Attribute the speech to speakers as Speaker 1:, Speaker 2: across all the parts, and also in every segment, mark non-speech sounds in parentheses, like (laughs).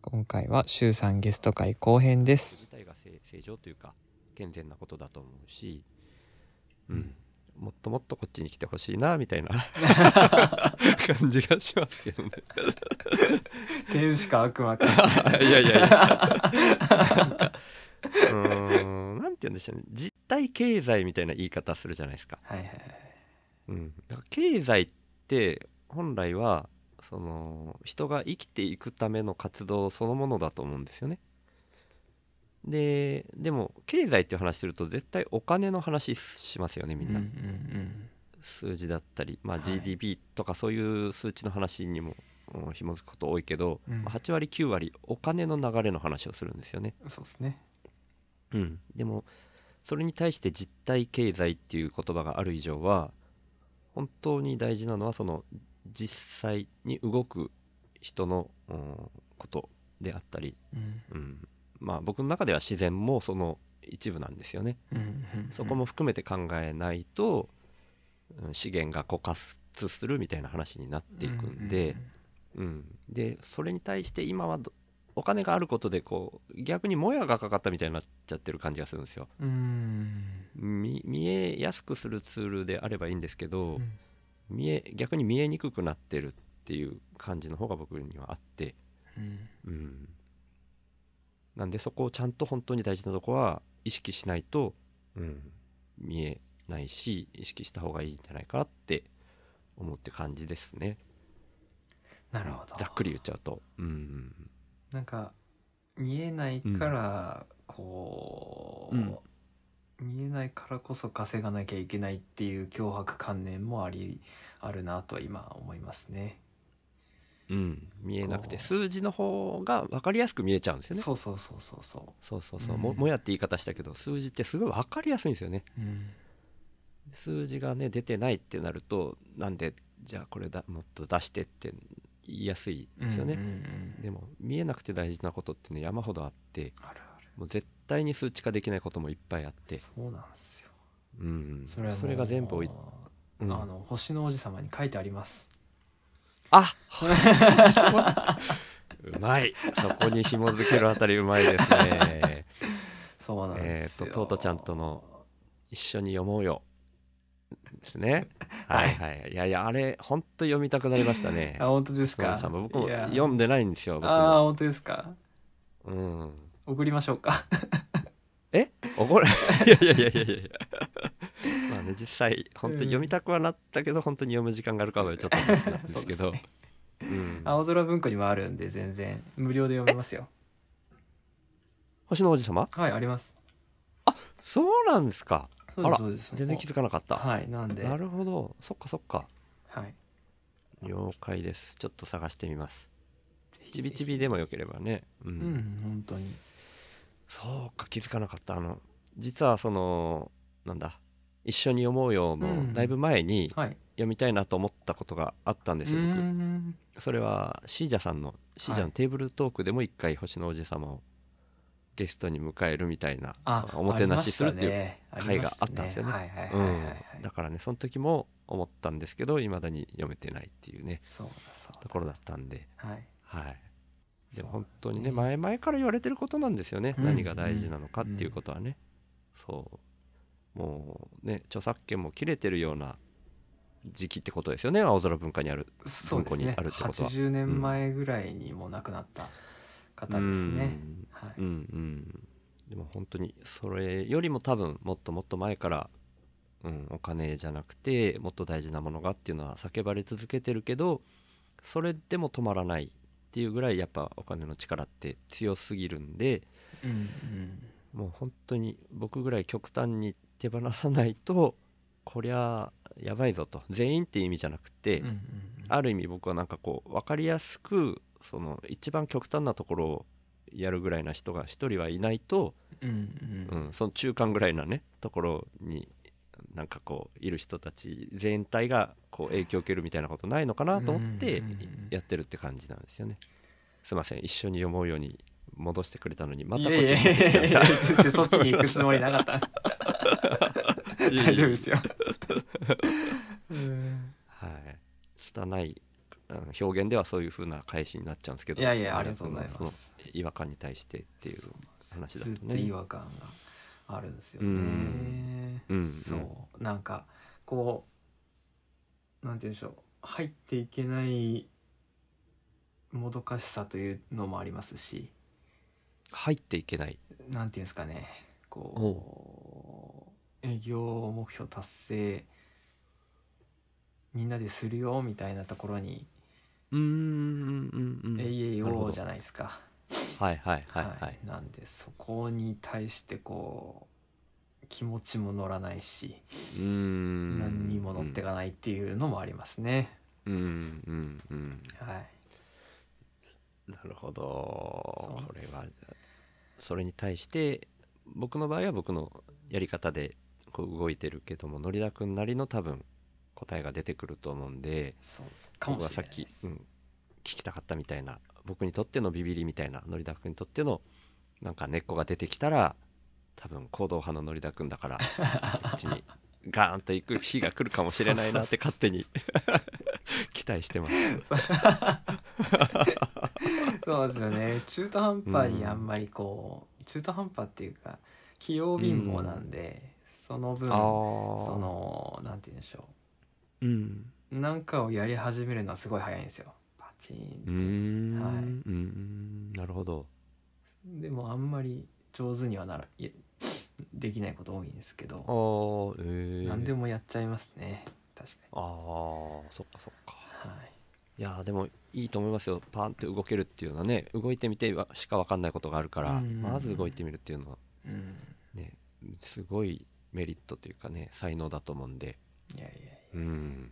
Speaker 1: 今回は週3ゲスト会後編です
Speaker 2: 自体が正正常というか健全なことだと思うし、うん、もっともっとこっちに来てほしいなみ (laughs) たいな感じがしますけどね。
Speaker 1: 天使か悪 (laughs) 魔か
Speaker 2: いやいやいや。なんかうーんなんて言うんでしょうね実体経済みたいな言い方するじゃないですか。
Speaker 1: はいはい
Speaker 2: うん、だから経済って本来はその人が生きていくための活動そのものだと思うんですよね。ででも経済っていう話すると絶対お金の話しますよねみんな、
Speaker 1: ん
Speaker 2: 数字だったり、まあ、
Speaker 1: はい
Speaker 2: GDP とかそういう数値の話にもうん紐づくこと多いけど、
Speaker 1: うん
Speaker 2: まあ8割9割お金の流れの話をするんですよね。
Speaker 1: うんそうですね
Speaker 2: うん、でもそれに対して実体経済っていう言葉がある以上は本当に大事なのはその実際に動く人の、うんことであったり、
Speaker 1: うん
Speaker 2: うん、まあ僕の中では自然もその一部なんですよね。
Speaker 1: うんうん
Speaker 2: そこも含めて考えないと、うん資源が枯渇するみたいな話になっていくんで、うん、でそれに対して今はどお金があることでこう逆にもやがかかったみたいになっちゃってる感じがするんですよ。
Speaker 1: うんうん
Speaker 2: 見見えやすくするツールであればいいんですけ
Speaker 1: う
Speaker 2: ど、
Speaker 1: ん
Speaker 2: 見え逆に見えにくくなってるっていう感じの方が僕にはあって、
Speaker 1: うん
Speaker 2: うん、なんでそこをちゃんと本当に大事なとこは意識しないと、うん、見えないし意識した方がいいんじゃないかなって思って感じですね
Speaker 1: なるほど
Speaker 2: ざっくり言っちゃうと、うん、
Speaker 1: なんか見えないからこう、
Speaker 2: うん
Speaker 1: 見えないからこそ稼がなきゃいけないっていう脅迫観念もありあるなとは今思いますね。
Speaker 2: うん、見えなく
Speaker 1: お
Speaker 2: て
Speaker 1: ー
Speaker 2: 数字の方が分かりやすく見えちゃうんですよね
Speaker 1: そうそうそうそうそ
Speaker 2: そうそうそう、
Speaker 1: うん
Speaker 2: ももやって言い方したけど数字ってすごい分かりやすいんですよね
Speaker 1: う。うん
Speaker 2: 数字がね出てないってなるとなんでじゃあこれだもっと出してって言いやすいですよね、
Speaker 1: うんうんうん
Speaker 2: でも見えなくて大事なことってね山ほどあって
Speaker 1: あるある。
Speaker 2: もう絶対に数値化できないこともいっぱいあって、
Speaker 1: そうなんですよ。
Speaker 2: うん、
Speaker 1: それはもう
Speaker 2: が全部おい、うん
Speaker 1: あの星の王子様に書いてあります。
Speaker 2: あうまいそこに紐づけるあたりうまいですね
Speaker 1: (laughs) そうなんですよ。
Speaker 2: えーとトートちゃんとの一緒に読もうよですねはいはいいやいやあれ本当読みたくなりましたね
Speaker 1: あ本当ですか。
Speaker 2: そうなんです僕も
Speaker 1: いや
Speaker 2: 読んでないんですよ僕
Speaker 1: ああ
Speaker 2: も
Speaker 1: 本当ですか。
Speaker 2: うん
Speaker 1: 送りましょうか。
Speaker 2: え怒るい (laughs) やいやいやいやいやまあね実際本当に読みたくはなったけど、本当に読む時間があるかはちょっと思ってなんですけ
Speaker 1: そう
Speaker 2: ど
Speaker 1: です
Speaker 2: うん
Speaker 1: 青空文庫にもあるんで全然無料で読めますよ。
Speaker 2: 星の王子様
Speaker 1: はいあります。
Speaker 2: そうなんですか
Speaker 1: そう
Speaker 2: あ
Speaker 1: です
Speaker 2: ら
Speaker 1: そうです。
Speaker 2: 全然気づかなかった、
Speaker 1: はいなんで。
Speaker 2: なるほどそっかそっか
Speaker 1: はい。
Speaker 2: 了解ですちょっと探してみます
Speaker 1: ぜひぜひ
Speaker 2: ちびちびでもよければね
Speaker 1: うん本当に。
Speaker 2: そうか気づかなかったあの実はそのなんだ一緒に読もうよ
Speaker 1: う
Speaker 2: の
Speaker 1: ん
Speaker 2: だいぶ前に
Speaker 1: はい。
Speaker 2: 読みたいなと思ったことがあったんですよ、
Speaker 1: うー
Speaker 2: 僕
Speaker 1: ん
Speaker 2: それはシージャさんのシージャのテーブルトークでも一回星の王子様をゲストに迎えるみたいな、
Speaker 1: あ
Speaker 2: おもてなしするっていう、
Speaker 1: ありましたね
Speaker 2: 回があったんですよね
Speaker 1: はいはいは
Speaker 2: う
Speaker 1: いはい
Speaker 2: ん
Speaker 1: はい。
Speaker 2: だからねその時も思ったんですけどいまだに読めてないっていうね
Speaker 1: そうだそう
Speaker 2: ところだったんで
Speaker 1: だ。はい。
Speaker 2: はいでも
Speaker 1: そう
Speaker 2: 本当にね
Speaker 1: ね
Speaker 2: 前々から言われてることなんですよね、
Speaker 1: うん
Speaker 2: 何が大事なのかっていうことはね、そうもうね著作権も切れてるような時期ってことですよね青空文化にある
Speaker 1: そうですね。
Speaker 2: 文庫にあるってことは
Speaker 1: 80年前ぐらいにもう亡くなった方ですね。は
Speaker 2: う
Speaker 1: い。
Speaker 2: んうんでも本当にそれよりも多分もっともっと前から、うん、お金じゃなくてもっと大事なものがっていうのは叫ばれ続けてるけどそれでも止まらないっていうぐらいやっぱお金の力って強すぎるんで、
Speaker 1: うん
Speaker 2: もう本当に僕ぐらい極端に手放さないとこりゃやばいぞと全員っていう意味じゃなくて、
Speaker 1: うんうんうんうん
Speaker 2: ある意味僕はなんかこう分かりやすくその一番極端なところをやるぐらいな人が一人はいないと、
Speaker 1: うんう
Speaker 2: うんん、その中間ぐらいなねところになんかこういる人たち全体がこう影響を受けるみたいなことないのかなと思って
Speaker 1: うんうんうんうん
Speaker 2: やってるって感じなんですよね。すいません一緒に読もうように戻してくれたのにま
Speaker 1: い
Speaker 2: たこ
Speaker 1: や
Speaker 2: っ
Speaker 1: い
Speaker 2: ち
Speaker 1: やい
Speaker 2: に
Speaker 1: や
Speaker 2: 戻
Speaker 1: いや全
Speaker 2: ってきました
Speaker 1: 然そっちに行くつもりなかった。大丈夫ですよ。うん
Speaker 2: はい。拙いうん表現ではそういう風な返しになっちゃうんですけど
Speaker 1: いやいやありがとうございます
Speaker 2: その違和感に対してっていう
Speaker 1: そうなんですよ
Speaker 2: 話だとね
Speaker 1: ずっと違和感があるんですよね。
Speaker 2: うんうん
Speaker 1: そうなんかこうなんて言うんでしょう入っていけないもどかしさというのもありますし
Speaker 2: 入っていけない
Speaker 1: なんていうんですかねこう営業目標達成みんなでするよみたいなところに
Speaker 2: うんうんう
Speaker 1: 「
Speaker 2: ん
Speaker 1: えいえい
Speaker 2: なる
Speaker 1: お
Speaker 2: ほど
Speaker 1: ー」じゃないですか。
Speaker 2: はいはいは
Speaker 1: はいい
Speaker 2: はい
Speaker 1: なんでそこに対してこう気持ちも乗らないし、
Speaker 2: うん
Speaker 1: 何にも乗ってかないっていうのもありますね、
Speaker 2: うんうんうん
Speaker 1: はい
Speaker 2: なるほど
Speaker 1: そうなん
Speaker 2: こ
Speaker 1: で
Speaker 2: れ
Speaker 1: す
Speaker 2: はそれに対して僕の場合は僕のやり方でこう動いてるけどものりだくんなりの多分答えが出てくると思うんで
Speaker 1: そうですかもしれ
Speaker 2: 僕はさ
Speaker 1: な
Speaker 2: っ
Speaker 1: い
Speaker 2: き
Speaker 1: で、
Speaker 2: う
Speaker 1: す
Speaker 2: ん、聞きたかったみたいな僕にとってのビビりみたいなのりだくんにとってのなんか根っこが出てきたら多分行動派ののりだくんだからこっちにガーンと行く日が来るかもしれないなって勝手に (laughs) 期待してます。
Speaker 1: そうですよね中途半端にあんまりこう、中途半端っていうか器用貧乏なんで、その分
Speaker 2: あ
Speaker 1: そ
Speaker 2: ー
Speaker 1: のなんて言うんでしょ
Speaker 2: うん
Speaker 1: うなんかをやり始めるのはすごい早いんですよパチンって
Speaker 2: うーん、
Speaker 1: はいう
Speaker 2: ーんなるほど
Speaker 1: でもあんまり上手にはならいえできないこと多いんですけ
Speaker 2: あ
Speaker 1: ど
Speaker 2: ーえー、
Speaker 1: 何でもやっちゃいますね確か
Speaker 2: あーそっかそっか
Speaker 1: にはい
Speaker 2: いやーでもいいと思いますよパーンって動けるっていうのはね動いてみてはしか分かんないことがあるから、
Speaker 1: うんうんうん
Speaker 2: まず動いてみるっていうのは
Speaker 1: うん
Speaker 2: ねすごいメリットというかね才能だと思うんで
Speaker 1: いやいや
Speaker 2: うん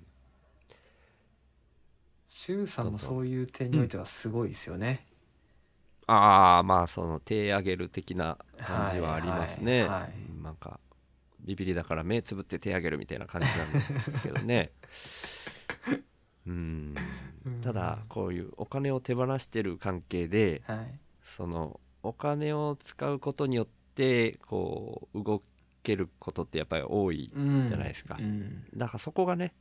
Speaker 1: 周さんもそういう点においてはすごいですよね
Speaker 2: ああまあその手上げる的な感じはありますね、
Speaker 1: はいはいはい
Speaker 2: うんなんかビビりだから目つぶって手上げるみたいな感じなんですけど (laughs) ねうん
Speaker 1: うん
Speaker 2: ただこういうお金を手放してる関係で
Speaker 1: はい
Speaker 2: そのお金を使うことによってこう動けることってやっぱり多い
Speaker 1: うん
Speaker 2: じゃないですか
Speaker 1: うん
Speaker 2: だからそこがね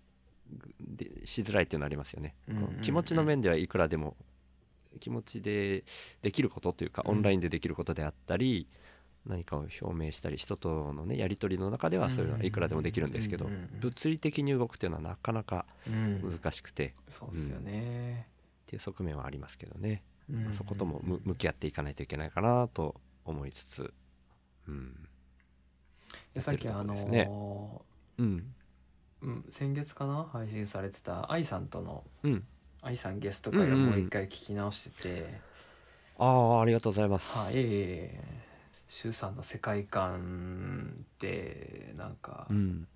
Speaker 2: でしづらいっていうのありますよね、
Speaker 1: うんうんうん
Speaker 2: こう気持ちの面ではいくらでも気持ちでできることというか
Speaker 1: うん
Speaker 2: オンラインでできることであったり、何かを表明したり人とのねやり取りの中ではそういうのはいくらでもできるんですけど、
Speaker 1: うんうんうん
Speaker 2: 物理的に動くっていうのはなかなか
Speaker 1: うん
Speaker 2: 難しくて、っ
Speaker 1: そうですよね
Speaker 2: ていう側面はありますけどね、
Speaker 1: うん
Speaker 2: まあそこともむ向き合っていかないといけないかなと思いつつ、うん
Speaker 1: でさっきあの
Speaker 2: やってるとうん
Speaker 1: うん先月かな配信されてた愛さんとの
Speaker 2: うん、
Speaker 1: 愛さんゲスト会をもう一回聞き直してて、
Speaker 2: ああありがとうございます。
Speaker 1: はい、えいえいえ周さんの世界観ってなんか
Speaker 2: うん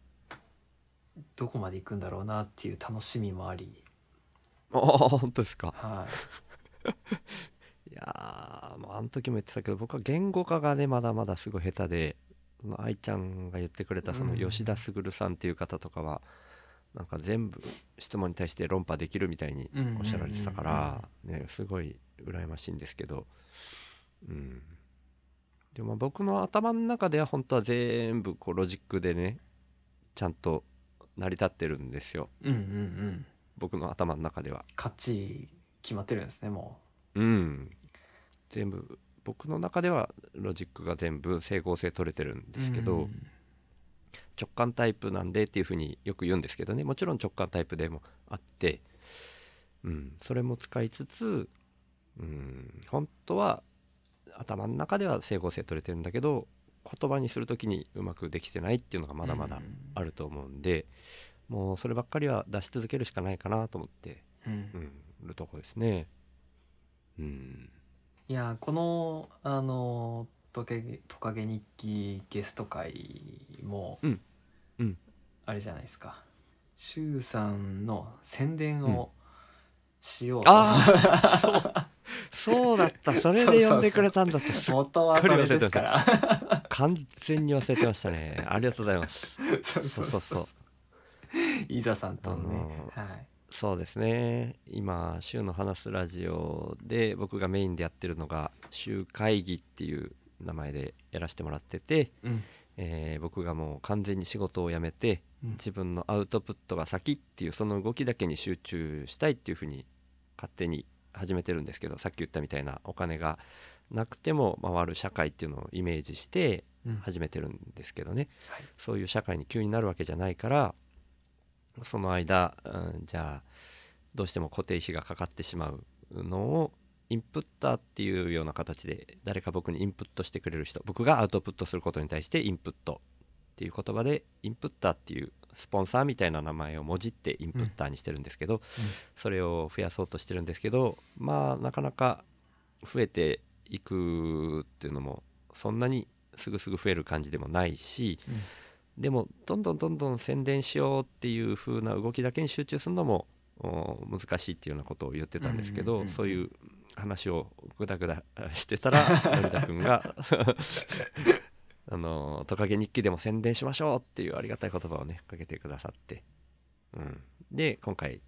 Speaker 1: どこまで行くんだろうなっていう楽しみもあり、
Speaker 2: ああ本当ですか
Speaker 1: はい
Speaker 2: やーまああの時も言ってたけど僕は言語化がねまだまだすごい下手でその愛ちゃんが言ってくれたその
Speaker 1: うん
Speaker 2: 吉田卓さんっていう方とかは、なんか全部質問に対して論破できるみたいに
Speaker 1: うんうんうんうん
Speaker 2: おっしゃられてたから、ね、すごい羨ましいんですけど、うん、でもまあ僕の頭の中では本当は全部こうロジックでねちゃんと成り立ってるんですよ
Speaker 1: い、うんうんうん
Speaker 2: 僕の頭の中では。
Speaker 1: 勝ち決まってるんですねも
Speaker 2: うん、全部僕の中ではロジックが全部整合性取れてるん
Speaker 1: う
Speaker 2: ですけど、
Speaker 1: うん
Speaker 2: 直感タイプなんでっていうふうによく言うんですけどねもちろん直感タイプでもあって、うん、それも使いつつ、うん、本当は頭の中では整合性取れてるんだけど言葉にする時にうまくできてないっていうのがまだまだあると思うんで、もうそればっかりは出し続けるしかないかなと思って、
Speaker 1: うん
Speaker 2: うん、るとこですね。うん
Speaker 1: いやこのあのトカゲトカゲ日記ゲスト会も、
Speaker 2: うんうん
Speaker 1: あれじゃないですか周さんの宣伝をしようと、
Speaker 2: ああそうだったそれで呼んでくれたんだって
Speaker 1: 元は (laughs) それですから
Speaker 2: 完全に忘れてましたねありがとうございます
Speaker 1: (laughs) そうそうそう
Speaker 2: そうそう
Speaker 1: そう。伊沢さんとのね、
Speaker 2: あ
Speaker 1: はい。
Speaker 2: そうですね今「週の話すラジオ」で僕がメインでやってるのが「週会議」っていう名前でやらせてもらってて、
Speaker 1: うん。
Speaker 2: えー僕がもう完全に仕事を辞めて
Speaker 1: うん
Speaker 2: 自分のアウトプットが先っていうその動きだけに集中したいっていうふうに勝手に始めてるんですけどさっき言ったみたいなお金がなくても回る社会っていうのをイメージして
Speaker 1: うん
Speaker 2: 始めてるんですけどね、
Speaker 1: はい
Speaker 2: そういう社会に急になるわけじゃないからその間、うんじゃあどうしても固定費がかかってしまうのをインプッターっていうような形で誰か僕にインプットしてくれる人僕がアウトプットすることに対してインプットっていう言葉でインプッターっていうスポンサーみたいな名前をもじってインプッターにしてるんですけど、それを増やそうとしてるんですけどまあなかなか増えていくっていうのもそんなにすぐすぐ増える感じでもないし
Speaker 1: うん
Speaker 2: でもどんどんどんどん宣伝しようっていう風な動きだけに集中するのもお難しいっていうようなことを言ってたんですけ
Speaker 1: うんうんう
Speaker 2: ど
Speaker 1: んうん
Speaker 2: そういう話をグダグダして
Speaker 1: (laughs)
Speaker 2: たら成田君があの「トカゲ日記」でも宣伝しましょうっていうありがたい言葉をねかけてくださって、うん、で今回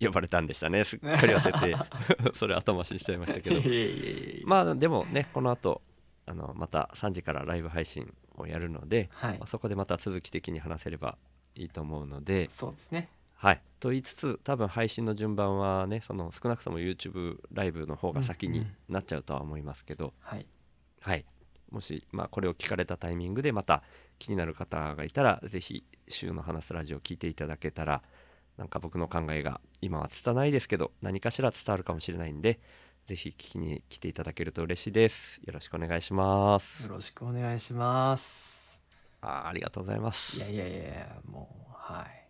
Speaker 2: 呼ばれたんでしたねすっかり忘れて
Speaker 1: (laughs)
Speaker 2: それ後回しにしちゃいましたけど
Speaker 1: いえいえいえいえ
Speaker 2: まあでもねこの後あのまた3時からライブ配信をやるので、
Speaker 1: はい
Speaker 2: まあそこでまた続き的に話せればいいと思うので、
Speaker 1: そうですね
Speaker 2: はい、と言いつつ多分配信の順番はねその少なくとも YouTube ライブの方が先
Speaker 1: うん
Speaker 2: に
Speaker 1: うん
Speaker 2: なっちゃうとは思いますけど、
Speaker 1: はい
Speaker 2: はい、もし、まあ、これを聞かれたタイミングでまた気になる方がいたらぜひ「週の話すラジオ」聞いていただけたらなんか僕の考えが今は拙いですけど何かしら伝わるかもしれないんでぜひ聞きに来ていただけると嬉しいですよろしくお願いしま
Speaker 1: よ
Speaker 2: す
Speaker 1: ろしくお願いします
Speaker 2: あーありがとうございます
Speaker 1: いやいやいやいやもうはい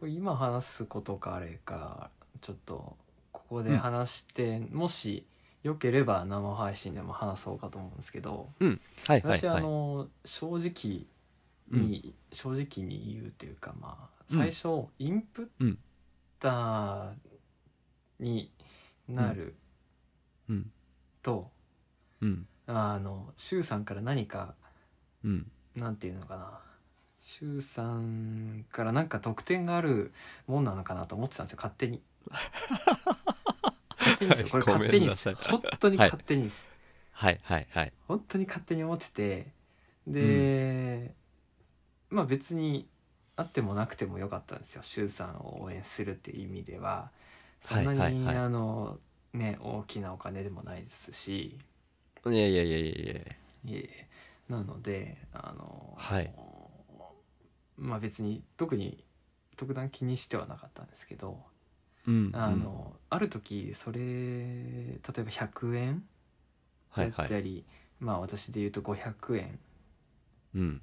Speaker 1: これ今話すことかあれかちょっとここで話して、もしよければ生配信でも話そうかと思うんですけど
Speaker 2: うんはいはい
Speaker 1: 私、
Speaker 2: はい
Speaker 1: あの正直に、正直に言うというかまあ最初、インプッターになる
Speaker 2: うん
Speaker 1: と、
Speaker 2: うん
Speaker 1: あの周さんから何か
Speaker 2: うん
Speaker 1: なんていうのかな周さんからなんか特典があるもんなのかなと思ってたんですよ勝手
Speaker 2: (laughs)
Speaker 1: に勝手にですよこれ勝手にです本
Speaker 2: はいごめんな
Speaker 1: 当に勝手にです、
Speaker 2: はいはいはい
Speaker 1: 本当に勝手に思っててで、まあ別にあってもなくてもよかったんですよ周さんを応援するっていう意味ではそんなに、
Speaker 2: はいはいはい
Speaker 1: あのね大きなお金でもないですし
Speaker 2: いやいやいやいやいや
Speaker 1: いえいえなのであの、
Speaker 2: はい
Speaker 1: まあ別に特に特段気にしてはなかったんですけど、
Speaker 2: うん
Speaker 1: あのある時それ例えば100円
Speaker 2: は
Speaker 1: だ
Speaker 2: い
Speaker 1: った
Speaker 2: は
Speaker 1: り、
Speaker 2: い
Speaker 1: まあ私で言うと500円
Speaker 2: うん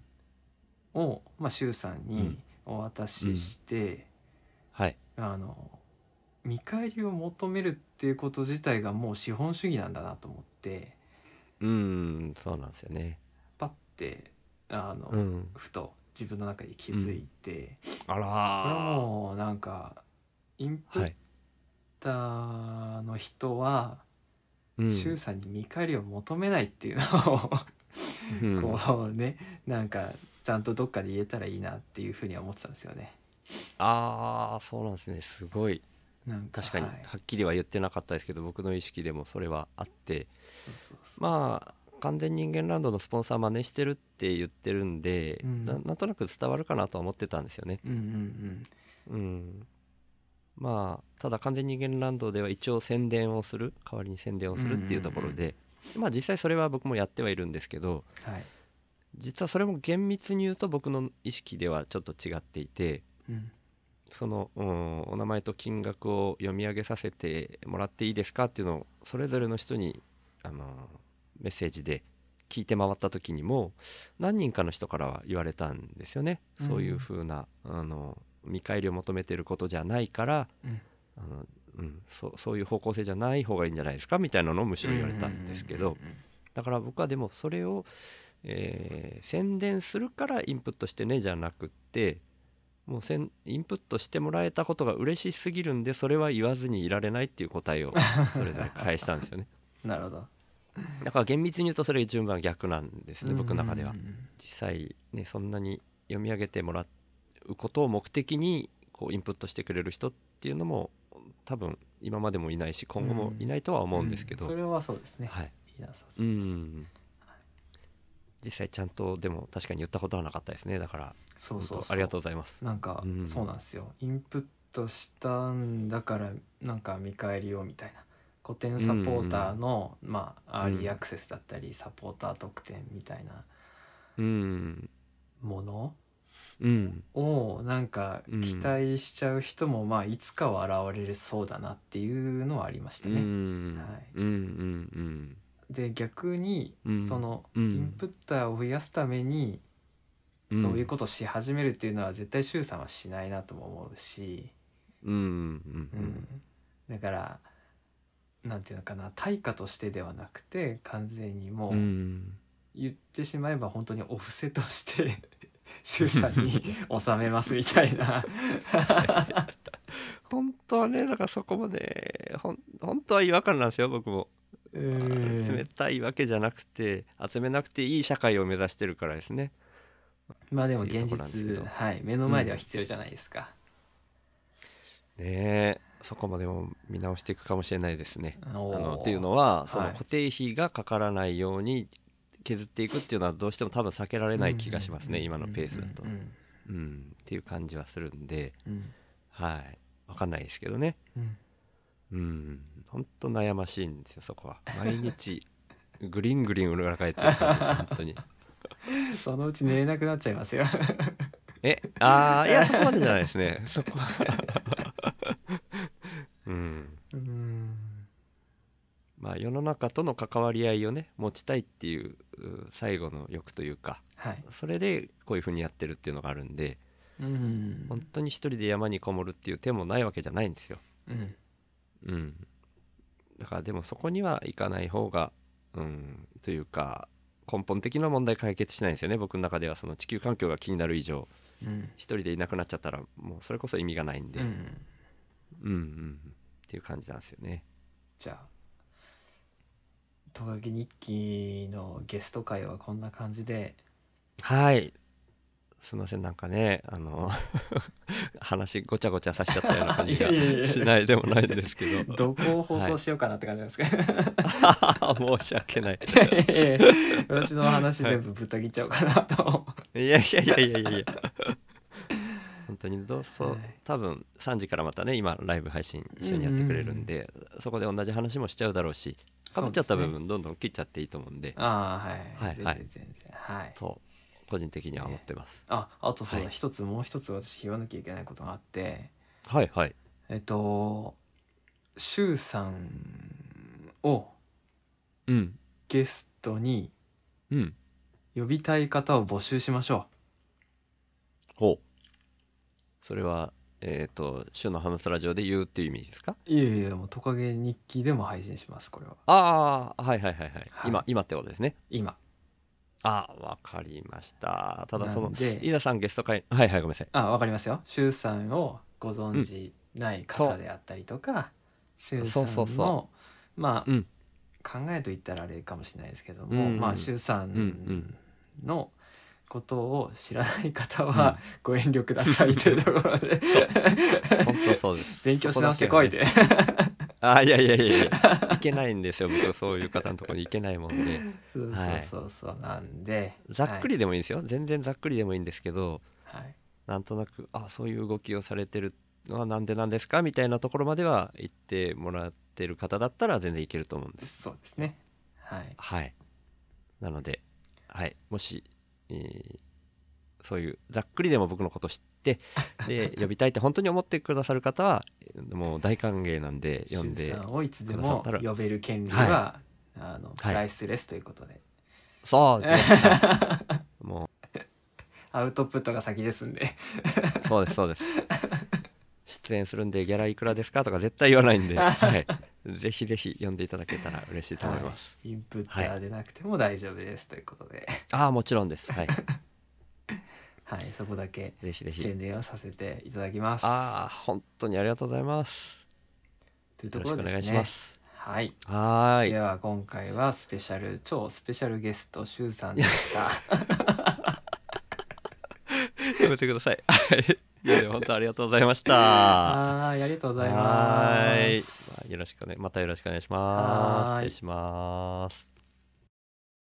Speaker 1: を、まあ、周さんにお渡しして、
Speaker 2: はい
Speaker 1: あの見返りを求めるっていうこと自体がもう資本主義なんだなと思って
Speaker 2: うんそうなんですよね
Speaker 1: パッてあの、
Speaker 2: うん
Speaker 1: ふと自分の中で気づいて。
Speaker 2: あら
Speaker 1: これは
Speaker 2: ー
Speaker 1: もうなんかインプ
Speaker 2: は
Speaker 1: ッ
Speaker 2: い、
Speaker 1: ターの人は
Speaker 2: うん
Speaker 1: 周、さんに見返りを求めないっていうのを
Speaker 2: うん
Speaker 1: こうねなんかちゃんとどっかで言えたらいいなっていうふうには思ってたんですよね。
Speaker 2: ああそうなんですねすごい
Speaker 1: なん
Speaker 2: 確かに
Speaker 1: は
Speaker 2: はいっきりは言ってなかったですけど、僕の意識でもそれはあって
Speaker 1: そうそうそう
Speaker 2: まあ完全人間ランドのスポンサー真似してるって言ってるんで、
Speaker 1: うん
Speaker 2: ななんとなく伝わるかなとは思ってたんですよね。
Speaker 1: うんうんうん
Speaker 2: うんまあただ完全人間ランドでは一応宣伝をする代わりに宣伝をするっていうところ
Speaker 1: うんうん
Speaker 2: で、まあ実際それは僕もやってはいるんですけど
Speaker 1: はい
Speaker 2: 実はそれも厳密に言うと僕の意識ではちょっと違っていて、
Speaker 1: うん
Speaker 2: その、うん、お名前と金額を読み上げさせてもらっていいですかっていうのをそれぞれの人にあのメッセージで聞いて回った時にも何人かの人からは言われたんですよね、
Speaker 1: うん
Speaker 2: そういう風なあの見返りを求めてることじゃないから
Speaker 1: うん
Speaker 2: あの、うん、そそういう方向性じゃない方がいいんじゃないですかみたいなのをむしろ言われたんですけ
Speaker 1: う
Speaker 2: ど、
Speaker 1: んうんうん
Speaker 2: だから僕はでもそれを、えー宣伝するからインプットしてねじゃなくってもうせんインプットしてもらえたことが嬉しすぎるんでそれは言わずにいられないっていう答え (laughs) をそれぞれ返したんですよね
Speaker 1: うんなるほど
Speaker 2: だから厳密に言うとそれ順番は逆なんですね僕の中では
Speaker 1: うんうん
Speaker 2: 実際ねそんなに読み上げてもらうことを目的にこうインプットしてくれる人っていうのも多分今までもいないし今後もいないとは思うんですけど、
Speaker 1: うんそれはそうですね
Speaker 2: はい
Speaker 1: 皆さん
Speaker 2: う
Speaker 1: そうです
Speaker 2: ん、実際ちゃんとでも確かに言ったことはなかったですねだから
Speaker 1: そうそう
Speaker 2: 本
Speaker 1: そう
Speaker 2: 当ありがとうございます
Speaker 1: なんか、
Speaker 2: うん
Speaker 1: そうなんですよインプットしたんだからなんか見返りをみたいな古典サポーターの、まあ、アーリーアクセスだったり、サポーター特典みたいな
Speaker 2: うん
Speaker 1: もの
Speaker 2: うん
Speaker 1: をなんか
Speaker 2: うん
Speaker 1: 期待しちゃう人も、まあいつかは現れるそうだなっていうのはありました
Speaker 2: う
Speaker 1: ね。
Speaker 2: ん
Speaker 1: はい
Speaker 2: うんうん
Speaker 1: で逆に、
Speaker 2: うん
Speaker 1: その
Speaker 2: う
Speaker 1: イン
Speaker 2: ん
Speaker 1: プッターを増やすために、
Speaker 2: うん
Speaker 1: そういうことをし始めるっていうのは絶対周さんはしないなとも思うし、
Speaker 2: うんうん
Speaker 1: うんだからなんていうのかな対価としてではなくて完全にも
Speaker 2: うんう
Speaker 1: うん言ってしまえば本当にお布施と
Speaker 2: (laughs)
Speaker 1: して周さんに納めますみたいな
Speaker 2: 本当はねだからそこもねほん本当は違和感なんですよ僕も
Speaker 1: う
Speaker 2: 冷
Speaker 1: ん
Speaker 2: たいわけじゃなくて集めなくていい社会を目指してるからですね
Speaker 1: (laughs) まあでも
Speaker 2: っていう
Speaker 1: 現
Speaker 2: とこなんですけ
Speaker 1: 実
Speaker 2: ど
Speaker 1: はい目の前では必要じゃないですか、
Speaker 2: ねえそこまでも見直していくかもしれないですね
Speaker 1: あの
Speaker 2: あのっていうのはその
Speaker 1: はい
Speaker 2: 固定費がかからないように削っていくっていうのはどうしても多分避けられない気がしますね今のペースだと
Speaker 1: う。ん
Speaker 2: うんっていう感じはするんで
Speaker 1: うん
Speaker 2: はい分かんないですけどね
Speaker 1: うん
Speaker 2: うんほんと悩ましいんですよそこは毎日 (laughs) グリングリン裏返ってる感じです本当に
Speaker 1: うんそのうち寝れなくなっちゃいますよ
Speaker 2: えああいやそこまでじゃないですねそこは (laughs) うん
Speaker 1: うん
Speaker 2: まあ世の中との関わり合いをね持ちたいっていうう最後の欲というか
Speaker 1: はい
Speaker 2: それでこういうふうにやってるっていうのがあるんで
Speaker 1: うん
Speaker 2: 本当に一人で山にこもるっていう手もないわけじゃないんですよ。
Speaker 1: うん
Speaker 2: うん、だからでもそこには行かない方が、うん、というか根本的な問題解決しないんですよね僕の中ではその地球環境が気になる以上
Speaker 1: うん
Speaker 2: 一人でいなくなっちゃったらもうそれこそ意味がないんで、
Speaker 1: う
Speaker 2: うん、
Speaker 1: ん
Speaker 2: うんうんっていう感じなんですよね。
Speaker 1: じゃあ「トカゲ日記」のゲスト会はこんな感じで
Speaker 2: はいすいませんなんかねあの (laughs) 話ごちゃごちゃさしちゃったような感じが
Speaker 1: いやいやいや
Speaker 2: しないでもないんです
Speaker 1: (laughs)
Speaker 2: けど
Speaker 1: どこを放送しようかなって感じなんです (laughs) か、
Speaker 2: 申し訳ない。
Speaker 1: いやいや私の話全部ぶった切っちゃおうかなと、
Speaker 2: いやいやいやいやいやいや本当にどうそう、
Speaker 1: はい
Speaker 2: 多分3時からまたね今ライブ配信一緒にやってくれるんで、そこで同じ話もしちゃうだろうしかぶっちゃった部
Speaker 1: そうですね
Speaker 2: 分どんどん切っちゃっていいと思うんで
Speaker 1: ああはい、
Speaker 2: はい
Speaker 1: 全
Speaker 2: は
Speaker 1: 然
Speaker 2: い
Speaker 1: 全然はい
Speaker 2: そう個人的には思ってます、
Speaker 1: ああとそうだ
Speaker 2: はい
Speaker 1: 一、つもう一つ私言わなきゃいけないことがあって
Speaker 2: はいはい
Speaker 1: えっと周さんを
Speaker 2: うん
Speaker 1: ゲストに
Speaker 2: うん
Speaker 1: 呼びたい方を募集しましょ
Speaker 2: ほうそれはえっ、と「週のハムスタラジオ」で言うっていう意味ですか
Speaker 1: ういやいやもうトカゲ日記でも配信しますこれは
Speaker 2: ああはいはいはいはい、
Speaker 1: はい
Speaker 2: 今今ってことですね
Speaker 1: 今
Speaker 2: ああわかりましたただそ
Speaker 1: な
Speaker 2: の
Speaker 1: んで
Speaker 2: 飯田さんゲスト会はいはいごめんなさい
Speaker 1: あわかりますよ周さんをご存じない
Speaker 2: うんそ
Speaker 1: 方
Speaker 2: う
Speaker 1: であったりとか周、
Speaker 2: そう
Speaker 1: さ
Speaker 2: そ
Speaker 1: ん
Speaker 2: う
Speaker 1: の
Speaker 2: そ
Speaker 1: まあ、
Speaker 2: うん
Speaker 1: 考えと言ったらあれかもしれないですけど
Speaker 2: うん
Speaker 1: も、
Speaker 2: うん
Speaker 1: まあ周さ
Speaker 2: うんうんん
Speaker 1: のことを知らない方はご遠慮くださいというところで
Speaker 2: 本当そうで
Speaker 1: (laughs)
Speaker 2: す
Speaker 1: 勉強し直してこい
Speaker 2: で
Speaker 1: で
Speaker 2: あいやいやいや
Speaker 1: (laughs)
Speaker 2: いや行けないんですよ僕そういう方のところに行けないもんで
Speaker 1: そうそうそうそうなんで
Speaker 2: ざっくりでもいいんですよ、全然ざっくりでもいいんですけど
Speaker 1: はい、はい
Speaker 2: なんとなくあそういう動きをされてるのはなんでなんですかみたいなところまでは行ってもらってる方だったら全然いけると思うんです
Speaker 1: そうですねはい
Speaker 2: はいなのではいもし、えーそういうざっくりでも僕のこと知って
Speaker 1: (laughs)
Speaker 2: で呼びたいって本当に思ってくださる方はもう大歓迎なんで呼ん
Speaker 1: 周
Speaker 2: で
Speaker 1: さんをいつで
Speaker 2: くださっ
Speaker 1: も
Speaker 2: たら
Speaker 1: 呼べる権利は、
Speaker 2: は
Speaker 1: あの
Speaker 2: はい
Speaker 1: プライスレスということで、
Speaker 2: そうですねはい
Speaker 1: (laughs)
Speaker 2: もう
Speaker 1: アウトプットが先ですんで (laughs)
Speaker 2: そうですそうです出演するんでギャラいくらですかとか絶対言わない
Speaker 1: (laughs)
Speaker 2: んで、はい、ぜひぜひ読んでいただけたら嬉しいと思います、
Speaker 1: インプッターでなくても大丈夫ですということで、
Speaker 2: ああもちろんですはい
Speaker 1: はい、そこだけ
Speaker 2: ぜひぜひ
Speaker 1: 宣伝をさせていただきます。
Speaker 2: ああ本当にありがとうございます
Speaker 1: という
Speaker 2: よ
Speaker 1: と
Speaker 2: ろ
Speaker 1: こ
Speaker 2: し
Speaker 1: ろ
Speaker 2: くお
Speaker 1: で
Speaker 2: 願い
Speaker 1: す
Speaker 2: し
Speaker 1: ね
Speaker 2: ま。す
Speaker 1: はい、
Speaker 2: はーい
Speaker 1: では今回はスペシャル超スペシャルゲストしゅうさんでした。
Speaker 2: やめてくださいはいいやでも本当 (laughs) ありがとうございましたは
Speaker 1: はい、 (laughs) ありがとうござい
Speaker 2: ー
Speaker 1: ま
Speaker 2: い
Speaker 1: す
Speaker 2: まあ。よろしくねまたよろしくお願いします
Speaker 1: はーい
Speaker 2: 失礼します